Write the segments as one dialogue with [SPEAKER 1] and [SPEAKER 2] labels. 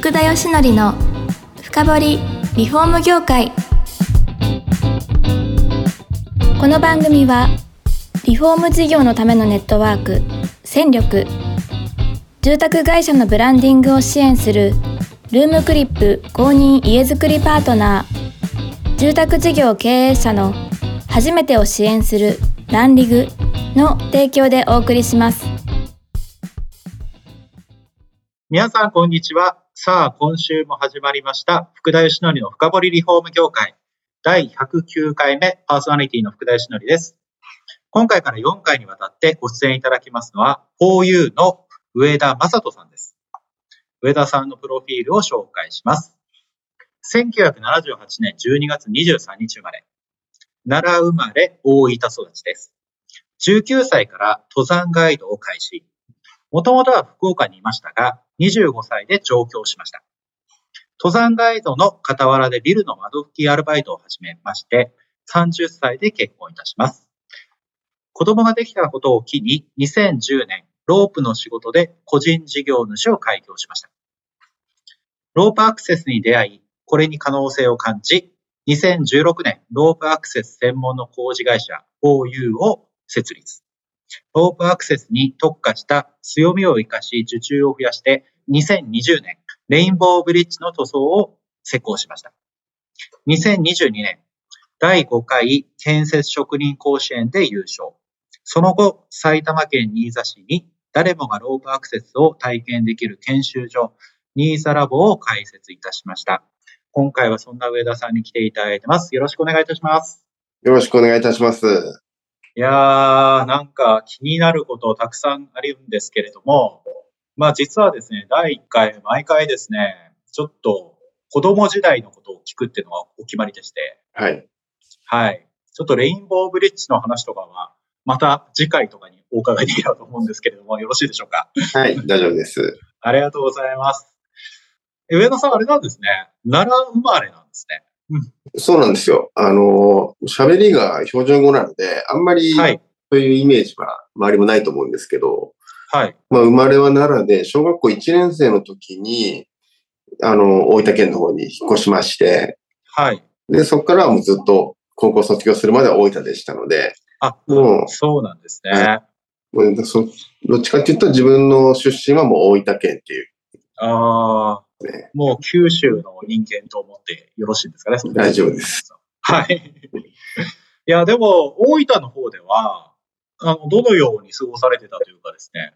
[SPEAKER 1] 福田義則の深掘りリフォーム業界この番組はリフォーム事業のためのネットワーク戦力住宅会社のブランディングを支援するルームクリップ公認家づくりパートナー住宅事業経営者の初めてを支援するランリグの提供でお送りします
[SPEAKER 2] 皆さん、こんにちは。さあ、今週も始まりました。福田義則の深掘りリフォーム業界。第109回目、パーソナリティの福田義則です。今回から4回にわたってご出演いただきますのは、OU の上田正人さんです。上田さんのプロフィールを紹介します。1978年12月23日生まれ。奈良生まれ、大分育ちです。19歳から登山ガイドを開始。もともとは福岡にいましたが、25歳で上京しました。登山ガイドの傍らでビルの窓拭きアルバイトを始めまして、30歳で結婚いたします。子供ができたことを機に、2010年、ロープの仕事で個人事業主を開業しました。ロープアクセスに出会い、これに可能性を感じ、2016年、ロープアクセス専門の工事会社 OU を設立。ロープアクセスに特化した強みを生かし受注を増やして、2020年、レインボーブリッジの塗装を施工しました。2022年、第5回建設職人甲子園で優勝。その後、埼玉県新座市に誰もがロープアクセスを体験できる研修所、新座ラボを開設いたしました。今回はそんな上田さんに来ていただいてます。よろしくお願いいたします。
[SPEAKER 3] よろしくお願いいたします。
[SPEAKER 2] いやー、なんか気になることたくさんあるんですけれども、まあ実はですね、第1回、毎回ですね、ちょっと子供時代のことを聞くっていうのはお決まりでして、
[SPEAKER 3] はい。
[SPEAKER 2] はい。ちょっとレインボーブリッジの話とかは、また次回とかにお伺いできればと思うんですけれども、よろしいでしょうか。
[SPEAKER 3] はい、大丈夫です。
[SPEAKER 2] ありがとうございます。上田さん、あれなんですね。奈良生まれなんですね。
[SPEAKER 3] うん、そうなんですよ。あの、喋りが標準語なので、あんまり、そういうイメージは周りもないと思うんですけど、
[SPEAKER 2] はい。
[SPEAKER 3] まあ、生まれは奈良で、小学校1年生の時に、あの、大分県の方に引っ越しまして、
[SPEAKER 2] はい。
[SPEAKER 3] で、そこからはもうずっと高校卒業するまでは大分でしたので、
[SPEAKER 2] あ、もう、そうなんですね。
[SPEAKER 3] もうそどっちかっていうと自分の出身はもう大分県っていう。
[SPEAKER 2] ああ。ね、もう九州の人間と思ってよろしいんですかね。
[SPEAKER 3] 大丈夫です。
[SPEAKER 2] はい。いや、でも、大分の方では、あの、どのように過ごされてたというかですね。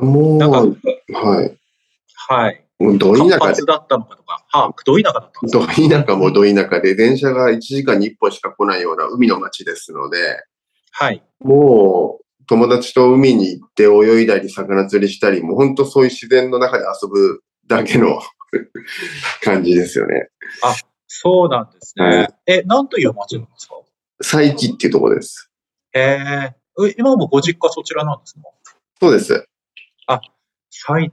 [SPEAKER 3] もう、はい。
[SPEAKER 2] はい。
[SPEAKER 3] もう、ど田舎
[SPEAKER 2] で。だったのかとか、はあ、ど田舎だったんです
[SPEAKER 3] かど田舎もど田舎で、電車が1時間に1本しか来ないような海の町ですので、
[SPEAKER 2] はい。
[SPEAKER 3] もう、友達と海に行って泳いだり、魚釣りしたり、もう本当そういう自然の中で遊ぶだけの 感じですよね。
[SPEAKER 2] あ、そうなんですね。えー、え、なんという町なんですか
[SPEAKER 3] 佐伯っていうとこです。
[SPEAKER 2] えー、え、今もご実家そちらなんですか
[SPEAKER 3] そうです。
[SPEAKER 2] あ、佐伯。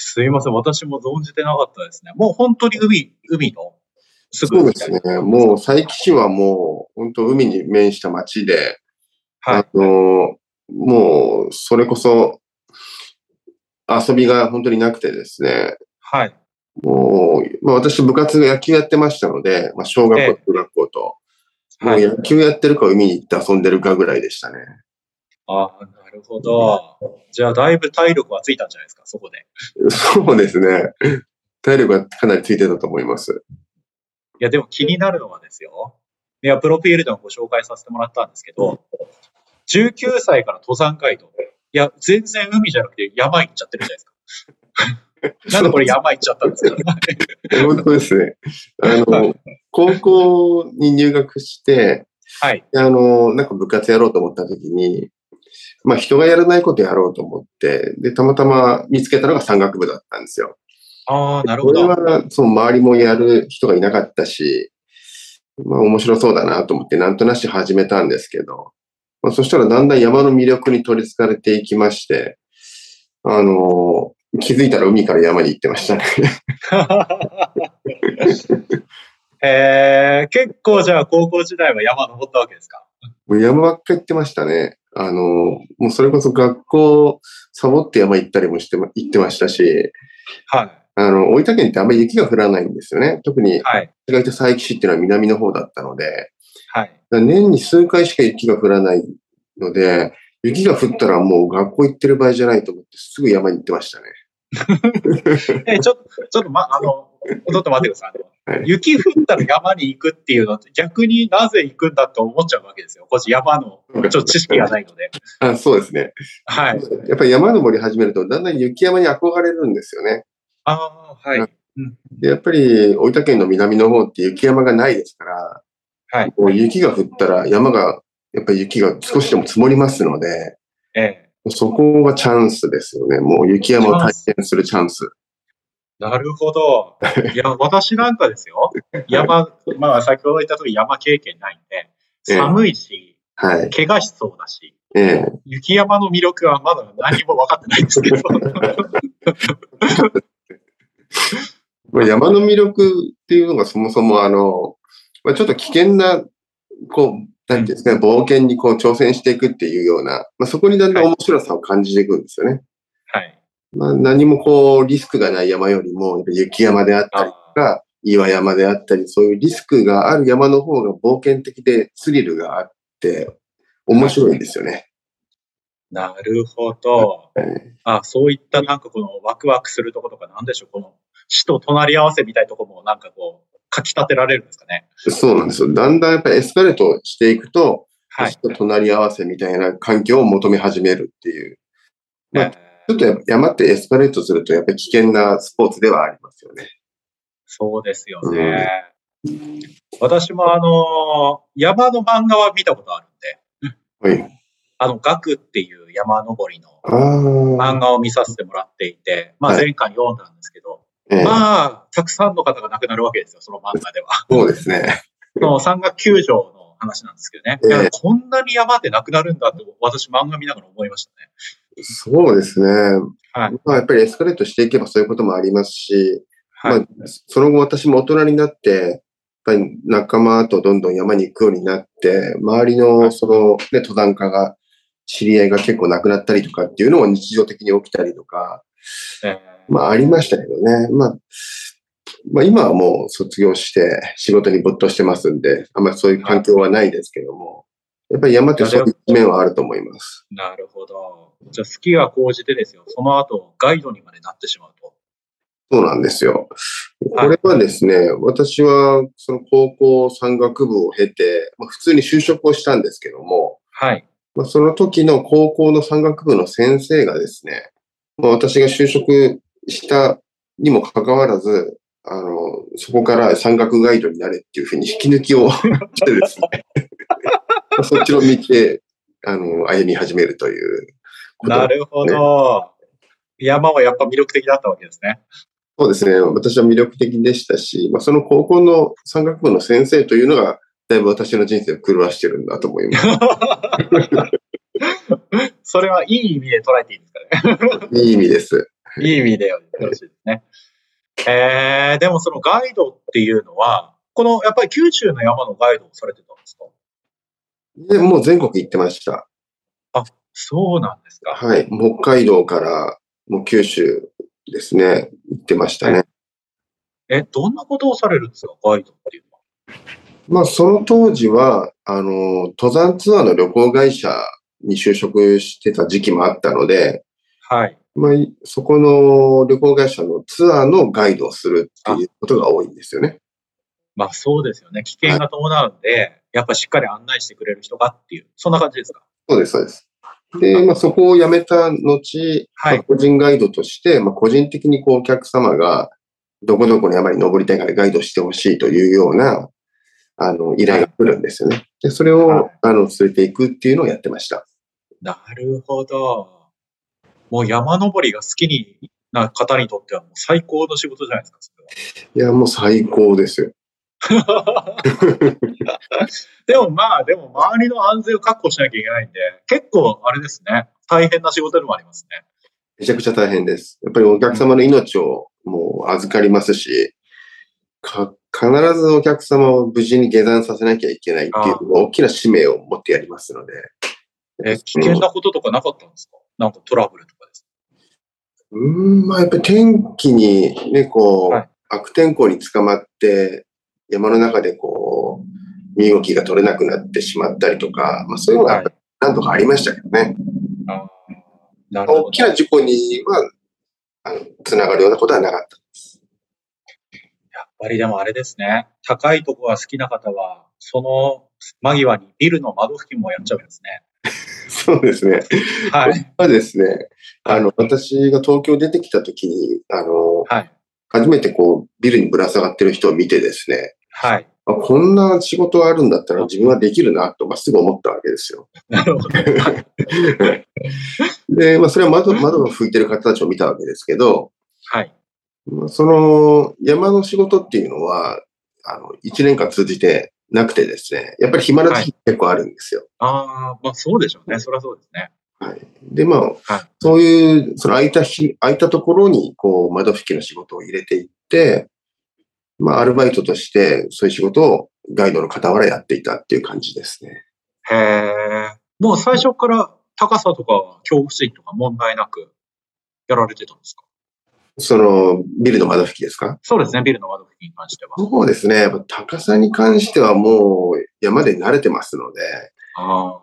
[SPEAKER 2] すいません、私も存じてなかったですね。もう本当に海、海の
[SPEAKER 3] すぐそうですね。もう佐伯市はもう本当海に面した町で、
[SPEAKER 2] はい、
[SPEAKER 3] あの、もうそれこそ遊びが本当になくてですね。
[SPEAKER 2] はい。
[SPEAKER 3] もう、まあ、私部活野球やってましたので、まあ、小学校、中学校と、もう野球やってるか海に行って遊んでるかぐらいでしたね。
[SPEAKER 2] ああ、なるほど。じゃあ、だいぶ体力はついたんじゃないですか、そこで。
[SPEAKER 3] そうですね。体力はかなりついてたと思います。
[SPEAKER 2] いや、でも気になるのはですよ。いや、プロフィールでもご紹介させてもらったんですけど、19歳から登山ガイド。いや、全然海じゃなくて山行っちゃってるじゃないですか。 なんでこれ山行っちゃったんですか
[SPEAKER 3] 本当ですね。あの、高校に入学して、
[SPEAKER 2] はい。
[SPEAKER 3] あの、なんか部活やろうと思った時に、まあ人がやらないことやろうと思って、で、たまたま見つけたのが山岳部だったんですよ。
[SPEAKER 2] ああ、なるほど。
[SPEAKER 3] これは、その周りもやる人がいなかったし、まあ面白そうだなと思って、なんとなし始めたんですけど、まあ、そしたらだんだん山の魅力に取りつかれていきまして、あのー、気づいたら海から山に行ってましたね
[SPEAKER 2] えー、結構じゃあ高校時代は山登ったわけですか
[SPEAKER 3] 山ばっか行ってましたね。あのー、もうそれこそ学校サボって山行ったりもして、行ってましたし、
[SPEAKER 2] はい。
[SPEAKER 3] あの、大分県ってあんまり雪が降らないんですよね。特に、
[SPEAKER 2] はい。
[SPEAKER 3] 私がいた佐伯市っていうのは南の方だったので、
[SPEAKER 2] はい。
[SPEAKER 3] だから年に数回しか雪が降らないので、雪が降ったらもう学校行ってる場合じゃないと思って、すぐ山に行ってましたね。
[SPEAKER 2] え、ちょっと、ちょっと、ま、あの、ちょっと待ってくださいあの。
[SPEAKER 3] はい
[SPEAKER 2] 雪降ったら山に行くっていうのは、逆になぜ行くんだと思っちゃうわけですよ。こっち山の、ちょっと知識がないので。
[SPEAKER 3] あそうですね。
[SPEAKER 2] はい。
[SPEAKER 3] やっぱり山登り始めると、だんだん雪山に憧れるんですよね。
[SPEAKER 2] ああ、はい。
[SPEAKER 3] で、やっぱり大分県の南の方って雪山がないですから、
[SPEAKER 2] はい。
[SPEAKER 3] もう雪が降ったら山が、やっぱり雪が少しでも積もりますので、
[SPEAKER 2] ええ。
[SPEAKER 3] そこがチャンスですよね。もう雪山を体験するチャンス。
[SPEAKER 2] なるほど。いや、私なんかですよ。山、まあ、先ほど言った通り山経験ないんで、
[SPEAKER 3] ええ
[SPEAKER 2] 寒いし、
[SPEAKER 3] はい。
[SPEAKER 2] 怪我しそうだし、
[SPEAKER 3] ええ。
[SPEAKER 2] 雪山の魅力はまだ何も分かってないんですけど。
[SPEAKER 3] まあ、山の魅力っていうのがそもそもあの、まあ、ちょっと危険な、こう、なんていうんですかね、冒険にこう挑戦していくっていうような、まあ、そこにだんだん面白さを感じていくんですよね。
[SPEAKER 2] はい。
[SPEAKER 3] まあ、何もこう、リスクがない山よりも、やっぱ雪山であったりと
[SPEAKER 2] あ
[SPEAKER 3] か、岩山であったり、そういうリスクがある山の方が冒険的でスリルがあって、面白いんですよね。
[SPEAKER 2] なるほど。あ、そういったなんかこのワクワクするとことかなんでしょう、この死と隣り合わせみたいなとこもなんかこう、かき立てられるんですかね。
[SPEAKER 3] そうなんですよ。だんだんやっぱりエスカレートしていくと、
[SPEAKER 2] はい
[SPEAKER 3] ち。ょっと隣り合わせみたいな環境を求め始めるっていう。まあ
[SPEAKER 2] えー
[SPEAKER 3] ちょっとや山ってエスカレートするとやっぱり危険なスポーツではありますよね。
[SPEAKER 2] そうですよね。私もあのー山の漫画は見たことあるんで、
[SPEAKER 3] はい。
[SPEAKER 2] あの、ガクっていう山登りの
[SPEAKER 3] あ
[SPEAKER 2] 漫
[SPEAKER 3] あ、
[SPEAKER 2] 画を見させてもらっていて、まあ
[SPEAKER 3] はい
[SPEAKER 2] 前回読んだんですけど、
[SPEAKER 3] ええ
[SPEAKER 2] まあ、たくさんの方が亡くなるわけですよ、その漫画では。
[SPEAKER 3] そうですね。
[SPEAKER 2] その山岳救助の話なんですけどね。い
[SPEAKER 3] え
[SPEAKER 2] や
[SPEAKER 3] え
[SPEAKER 2] こんなに山でなくなるんだって、私漫画見ながら思いましたね。
[SPEAKER 3] そうですね。
[SPEAKER 2] はい
[SPEAKER 3] まあ、やっぱりエスカレートしていけばそういうこともありますし、
[SPEAKER 2] はい。
[SPEAKER 3] まあ、その後私も大人になって、やっぱり仲間とどんどん山に行くようになって、周りのその、ね、登山家が、知り合いが結構亡くなったりとかっていうのも日常的に起きたりとか、
[SPEAKER 2] ええ
[SPEAKER 3] まあありましたけどね。まあ、まあ今はもう卒業して仕事に没頭してますんで、あんまりそういう環境はないですけども、やっぱり山ってそういう一面はあると思います。
[SPEAKER 2] なるほど。じゃあ、好きが高じてですよ。その後、ガイドにまでなってしまうと。
[SPEAKER 3] そうなんですよ。
[SPEAKER 2] は
[SPEAKER 3] こ
[SPEAKER 2] い
[SPEAKER 3] れはですね、私はその高校山岳部を経て、まあ、普通に就職をしたんですけども、
[SPEAKER 2] はい。
[SPEAKER 3] まあ、その時の高校の山岳部の先生がですね、まあ、私が就職したにもかかわらず、あの、そこから山岳ガイドになれっていうふうに引き抜きを してですね、まあそっちの道へ、あの、歩み始めるということ
[SPEAKER 2] なるほど。山はやっぱ魅力的だったわけですね。
[SPEAKER 3] そうですね。私は魅力的でしたし、まあ、その高校の山岳部の先生というのが、だいぶ私の人生を狂わしてるんだと思います。
[SPEAKER 2] それはいい意味で捉えていいんですかね。
[SPEAKER 3] いい意味です。
[SPEAKER 2] いい意味でよろしいですね。えー、でもそのガイドっていうのは、このやっぱり九州の山のガイドをされてたんですか
[SPEAKER 3] で、もう全国行ってました。
[SPEAKER 2] そうなんですか。
[SPEAKER 3] はい。もう北海道から、もう九州ですね。行ってましたね。
[SPEAKER 2] え、どんなことをされるんですか、ガイドっていうのは。
[SPEAKER 3] まあ、その当時は、あの、登山ツアーの旅行会社に就職してた時期もあったので、
[SPEAKER 2] はい。
[SPEAKER 3] まあ、いそこの旅行会社のツアーのガイドをするっていうことが多いんですよね。
[SPEAKER 2] まあそうですよね。危険が伴うんで、やっぱしっかり案内してくれる人がっていう、そんな感じですか。
[SPEAKER 3] そうです、そうです。で、まあ、そこを辞めた後、
[SPEAKER 2] はい
[SPEAKER 3] まあ個人ガイドとして、まあ、個人的にこうお客様が、どこどこの山に登りたいからガイドしてほしいというような、あの、依頼が来るんですよね。で、それを、
[SPEAKER 2] はい
[SPEAKER 3] あの、連れていくっていうのをやってました。
[SPEAKER 2] なるほど。もう山登りが好きにな方にとってはもう最高の仕事じゃないですか、それは。
[SPEAKER 3] いや、もう最高ですよ。
[SPEAKER 2] でもまあ、でも周りの安全を確保しなきゃいけないんで、結構あれですね、大変な仕事でもありますね。
[SPEAKER 3] めちゃくちゃ大変です。やっぱりお客様の命をもう預かりますし、か必ずお客様を無事に下山させなきゃいけないっていう大きな使命を持ってやりますので。
[SPEAKER 2] え、危険なこととかなかったんですかなんかトラブルとかです。
[SPEAKER 3] うーん、まあやっぱり天気にね、こう、
[SPEAKER 2] はい
[SPEAKER 3] 悪天候に捕まって、山の中でこう、身動きが取れなくなってしまったりとか、まあそういうのがやっぱり何度かありましたけどね。
[SPEAKER 2] あーなるほど
[SPEAKER 3] 大きな事故には、あの、つながるようなことはなかった。
[SPEAKER 2] やっぱりでもあれですね。高いとこが好きな方は、その間際にビルの窓付近もやっちゃうんですね。
[SPEAKER 3] そうですね。
[SPEAKER 2] はい。
[SPEAKER 3] はですね、あの、私が東京出てきた時に、あの、
[SPEAKER 2] はい。
[SPEAKER 3] 初めてこう、ビルにぶら下がってる人を見てですね、
[SPEAKER 2] はい。
[SPEAKER 3] あこんな仕事あるんだったら自分はできるなと、まあ、すぐ思ったわけですよ。
[SPEAKER 2] なるほど。
[SPEAKER 3] で、まあ、それは窓窓が拭いてる方たちを見たわけですけど、
[SPEAKER 2] はい。
[SPEAKER 3] まあその山の仕事っていうのは、あの、1年間通じてなくてですね、やっぱり暇な時結構あるんですよ。
[SPEAKER 2] ああ、まあそうでしょうね。そりゃそうですね。
[SPEAKER 3] で、まあ、
[SPEAKER 2] はい
[SPEAKER 3] そういう、その空いた日、空いたところに、こう、窓拭きの仕事を入れていって、まあ、アルバイトとして、そういう仕事をガイドの傍らやっていたっていう感じですね。
[SPEAKER 2] へえ。もう最初から高さとか恐怖心とか問題なくやられてたんですか
[SPEAKER 3] その、ビルの窓拭きですか
[SPEAKER 2] そうですね。ビルの窓付近に関しては。
[SPEAKER 3] そうですね。やっぱ高さに関してはもう山で慣れてますので、
[SPEAKER 2] ああ。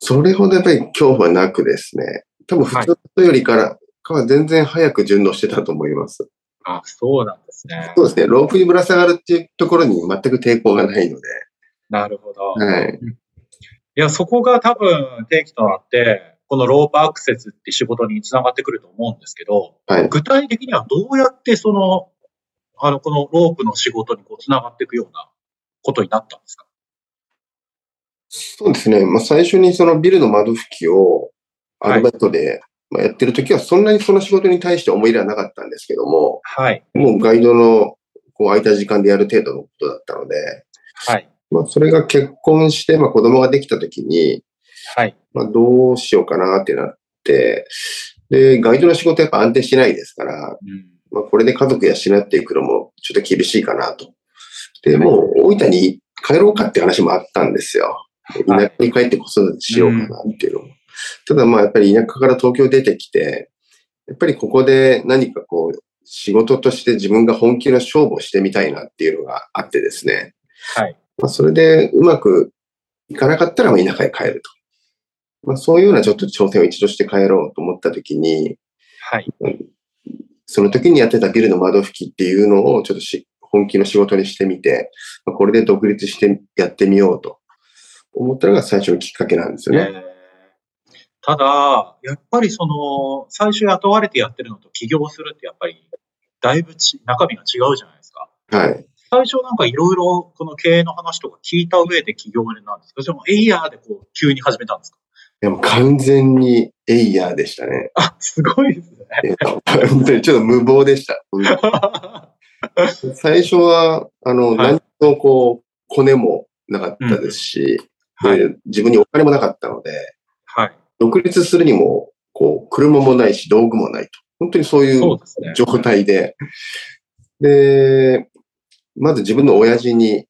[SPEAKER 3] それほどやっぱり恐怖はなくですね。多分普通の人よりから、かは全然早く順応してたと思います。
[SPEAKER 2] あ、そうなんですね。
[SPEAKER 3] そうですね。ロープにぶら下がるっていうところに全く抵抗がないので。
[SPEAKER 2] なるほど。
[SPEAKER 3] はい。
[SPEAKER 2] いや、そこが多分定期となって、このロープアクセスって仕事につながってくると思うんですけど、
[SPEAKER 3] はい
[SPEAKER 2] 具体的にはどうやってその、あの、このロープの仕事にこうつながっていくようなことになったんですか
[SPEAKER 3] そうですね。まあ、最初にそのビルの窓拭きをアルバイトでまあやってるときは、そんなにその仕事に対して思い入れはなかったんですけども、
[SPEAKER 2] はい。
[SPEAKER 3] もうガイドのこう空いた時間でやる程度のことだったので、
[SPEAKER 2] はい。
[SPEAKER 3] まあ、それが結婚して、まあ、子供ができたときに、
[SPEAKER 2] はい。
[SPEAKER 3] まあ、どうしようかなってなって、で、ガイドの仕事はやっぱ安定しないですから、
[SPEAKER 2] うん。
[SPEAKER 3] まあ、これで家族養っていくのもちょっと厳しいかなと。で、もう大分に帰ろうかって話もあったんですよ。田
[SPEAKER 2] はい
[SPEAKER 3] 舎に帰って子育てしようかなっていうのも。ただまあやっぱり田舎から東京出てきて、やっぱりここで何かこう、仕事として自分が本気の勝負をしてみたいなっていうのがあってですね。
[SPEAKER 2] はい。
[SPEAKER 3] まあ、それでうまくいかなかったらまあ田舎へ帰ると。まあ、そういうようなちょっと挑戦を一度して帰ろうと思った時に、
[SPEAKER 2] はい。
[SPEAKER 3] その時にやってたビルの窓拭きっていうのをちょっとし本気の仕事にしてみて、まあこれで独立してやってみようと思ったのが最初のきっかけなんですよね。
[SPEAKER 2] えーただ、やっぱりその、最初雇われてやってるのと起業するってやっぱり、だいぶち中身が違うじゃないですか。
[SPEAKER 3] はい。
[SPEAKER 2] 最初なんかいろいろこの経営の話とか聞いた上で起業になんですけど、それもエイヤーでこう急に始めたんですか
[SPEAKER 3] でも完全にエイヤーでし たね。
[SPEAKER 2] あ、すごい ですね。
[SPEAKER 3] えっと本当にちょっと無謀 でした。最初は、あの、
[SPEAKER 2] はい
[SPEAKER 3] 何のこう、コネもなかったですし、
[SPEAKER 2] はい。
[SPEAKER 3] で自分にお金もなかったので、
[SPEAKER 2] はい。
[SPEAKER 3] 独立するにも、こう、車もないし、道具もないと。本当にそういう
[SPEAKER 2] そう ですね。
[SPEAKER 3] 状態で、で、まず自分の親父に、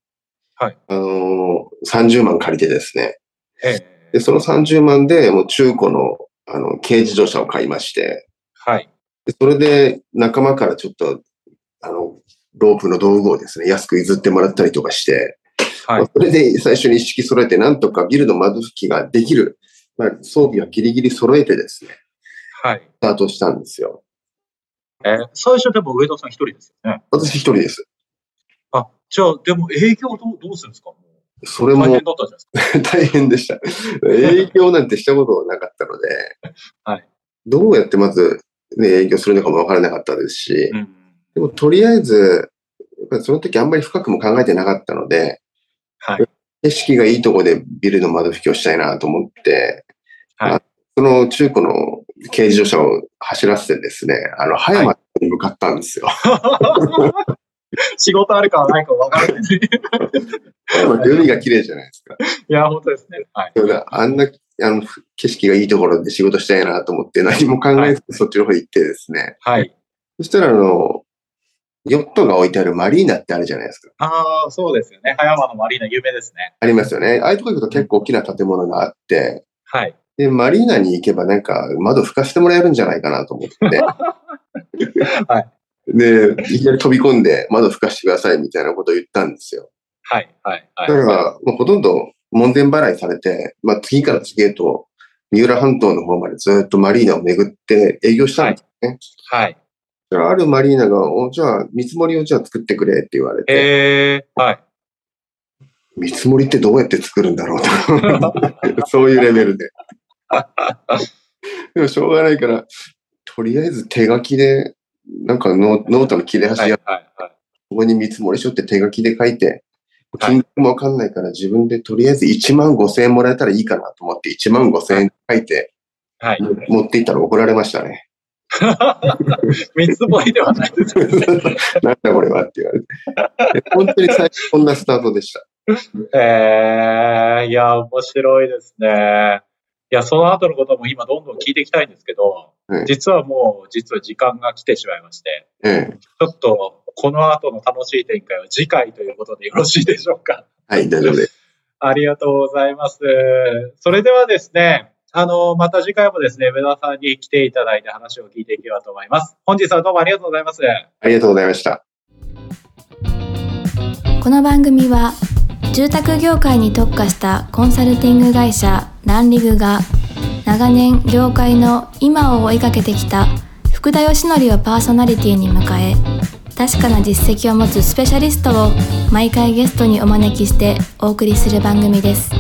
[SPEAKER 2] はい
[SPEAKER 3] あのー、30万借りてですね、
[SPEAKER 2] え
[SPEAKER 3] で
[SPEAKER 2] え
[SPEAKER 3] その30万でもう中古のあの軽自動車を買いまして、
[SPEAKER 2] はい。
[SPEAKER 3] でそれで仲間からちょっと、あの、ロープの道具をですね、安く譲ってもらったりとかして、
[SPEAKER 2] は
[SPEAKER 3] まあ
[SPEAKER 2] い。
[SPEAKER 3] それで最初に一式揃えて、なんとかビルの窓拭きができる、まあ、装備はギリギリ揃えてですね、
[SPEAKER 2] はい。
[SPEAKER 3] スタートしたんですよ。
[SPEAKER 2] えー最初でも上田さん一人ですよね。
[SPEAKER 3] 私一人です。
[SPEAKER 2] あ、じゃあ、でも営業どうどうするんですかも
[SPEAKER 3] そうれも
[SPEAKER 2] 大変だったじゃないですか。
[SPEAKER 3] 大変でした。営業なんてしたことなかったので、
[SPEAKER 2] はい
[SPEAKER 3] どうやってまず、ね、営業するのかもわからなかったですし、
[SPEAKER 2] うん。
[SPEAKER 3] でもとりあえず、やっぱりその時あんまり深くも考えてなかったので、
[SPEAKER 2] はい。
[SPEAKER 3] 景色がいいとこでビルの窓拭きをしたいなと思って、
[SPEAKER 2] はい
[SPEAKER 3] まあその中古の軽自動車を走らせてですね、あの、葉山に向かったんですよ。
[SPEAKER 2] 仕事あるかはないかわからない。 い
[SPEAKER 3] 葉山 って海が綺麗じゃないですか。
[SPEAKER 2] や、本当ですね。はい。
[SPEAKER 3] そうだあんなあの景色がいいところで仕事したいなと思って何も考えずそっちの方行ってですね、
[SPEAKER 2] はい。
[SPEAKER 3] そしたら、あの、ヨットが置いてあるマリーナってあるじゃないですか。
[SPEAKER 2] ああ、そうですよね。葉山のマリーナ有名ですね。
[SPEAKER 3] ありますよね。ああいうとこ行くと結構大きな建物があって、
[SPEAKER 2] はい。
[SPEAKER 3] で、マリーナに行けばなんか窓拭かせてもらえるんじゃないかなと思って、
[SPEAKER 2] はい。
[SPEAKER 3] で、いきなり飛び込んで窓吹かしてくださいみたいなことを言ったんですよ。
[SPEAKER 2] はい。はい。
[SPEAKER 3] だか
[SPEAKER 2] はい。
[SPEAKER 3] ら、もうほとんど門前払いされて、まあ、次から次へと、三浦半島の方までずっとマリーナを巡って営業したんです。
[SPEAKER 2] はい。
[SPEAKER 3] だからあるマリーナが、おじゃあ見積もりをじゃあ作ってくれって言われて、
[SPEAKER 2] えー、はい。
[SPEAKER 3] 見積もりってどうやって作るんだろうと。 そういうレベルで。でもしょうがないから、とりあえず手書きで、なんかノノートの切れ端
[SPEAKER 2] はい。
[SPEAKER 3] や、
[SPEAKER 2] は
[SPEAKER 3] こ
[SPEAKER 2] い。はい
[SPEAKER 3] こに見積もり書って手書きで書いて、
[SPEAKER 2] はい
[SPEAKER 3] 金額もわかんないから自分でとりあえず1万5千円もらえたらいいかなと思って1万5千円書いて
[SPEAKER 2] はい。
[SPEAKER 3] 持っていったら怒られましたね。
[SPEAKER 2] 見積もりではないです。
[SPEAKER 3] なんだこれはって言われて。本当に最初こんなスタートでした。
[SPEAKER 2] えー、いや、面白いですね。いや、その後のことも今どんどん聞いていきたいんですけど、
[SPEAKER 3] はい
[SPEAKER 2] 実はもう、実は時間が来てしまいまして、
[SPEAKER 3] ええ。
[SPEAKER 2] ちょっと、この後の楽しい展開は次回ということでよろしいでしょうか。
[SPEAKER 3] はい、大丈夫です。
[SPEAKER 2] ありがとうございます。それではですね、あの、また次回もですね、上田さんに来ていただいて話を聞いていければと思います。本日はどうもありがとうございます。
[SPEAKER 3] ありがとうございました。
[SPEAKER 1] この番組は住宅業界に特化したコンサルティング会社ランリグが長年業界の今を追いかけてきた福田義則をパーソナリティに迎え確かな実績を持つスペシャリストを毎回ゲストにお招きしてお送りする番組です